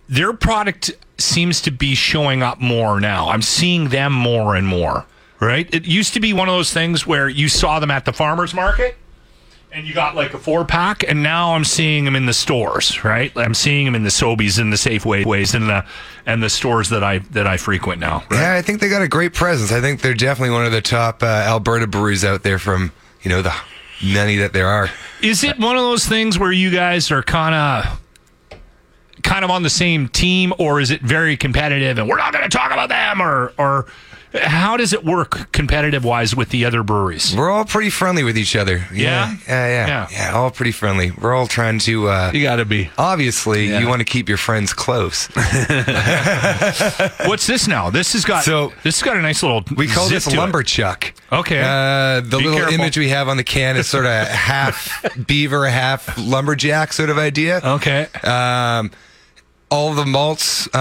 their product seems to be showing up more now. I'm seeing them more and more. Right? It used to be one of those things where you saw them at the farmers market and you got like a four pack and now I'm seeing them in the stores, right? I'm seeing them in the Sobeys and the Safeways and the and the stores that I that I frequent now.
Yeah, I think they got a great presence. I think they're definitely one of the top uh, Alberta breweries out there from, you know, the many that there are.
Is it one of those things where you guys are kind of kind of on the same team or is it very competitive and we're not going to talk about them or or how does it work competitive wise with the other breweries?
We're all pretty friendly with each other.
Yeah?
Yeah, yeah.
Yeah.
Yeah, all pretty friendly. We're all trying to uh
You got to be.
obviously
Yeah.
you want to keep your friends close.
What's this now? This has got
So-
this has got a nice little
We call
zip
this
to it.
lumberchuck.
Okay.
Uh, the
Be
little
careful.
image we have on the can is sort of half beaver, half lumberjack sort of idea.
okay.
Um, all the malts. Uh,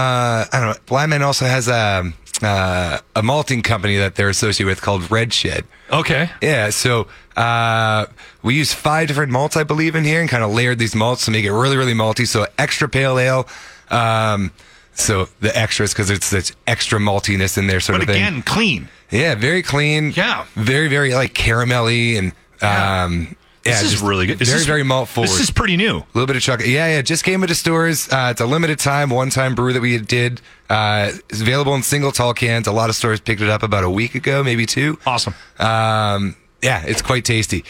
I don't know. Blind Man also has a uh, a malting company that they're associated with called Red Shed.
Okay.
Yeah, so uh, we use five different malts, I believe, in here, and kind of layered these malts to make it really, really malty. So extra pale ale. Um, so the extras because it's this extra maltiness in there, sort
But
of thing.
again, clean.
Yeah, very clean.
Yeah.
very, very like caramelly and um, yeah,
this is
just
really good. This
Very,
is-
very malt forward.
This is pretty new.
A little bit of chocolate. Yeah, yeah. Just came into stores. Uh, it's a limited time, one time brew that we did. Uh, it's available in single tall cans. A lot of stores picked it up about a week ago, maybe two.
Awesome.
Um, yeah, it's quite tasty.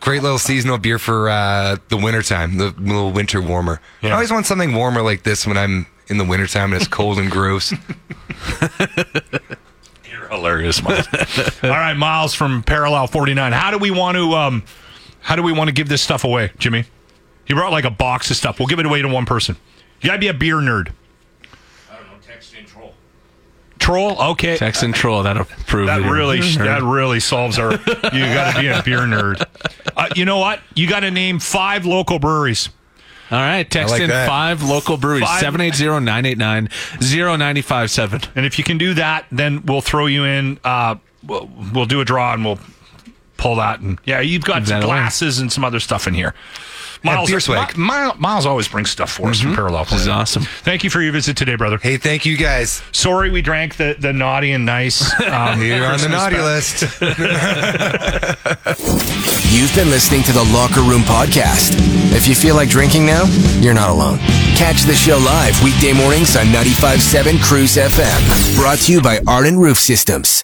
Great little seasonal beer for uh, the wintertime, the little winter warmer. I always want something warmer like this when I'm in the wintertime and it's cold and gross.
You're hilarious, Miles. All right, Miles from Parallel 49. How do we want to um how do we want to give this stuff away, Jimmy? He brought like a box of stuff. We'll give it away to one person. You gotta be a beer nerd. Troll? Okay.
Text and troll. That'll prove
That
you're-
really that really solves our you gotta be a beer nerd. Uh, you know what? You gotta name five local breweries.
All right. Text
like
in
that.
five local breweries
Five-
780 989 0957.
And if you can do that, then we'll throw you in. Uh, we'll, we'll do a draw and we'll pull that. And yeah, you've got
Give that away.
glasses and some other stuff in here. Miles,
beer swag.
Mi- Mi- Miles always brings stuff for us from Parallel.
This is
Planet.
awesome.
Thank you for your visit today, brother.
Mm-hmm. hey, thank you guys.
Sorry we drank the, the naughty and nice. Um,
You're on the naughty list.
You've been listening to the Locker Room Podcast. If you feel like drinking now, you're not alone. Catch the show live weekday mornings on 95.7 Cruise FM. Brought to you by Arden Roof Systems.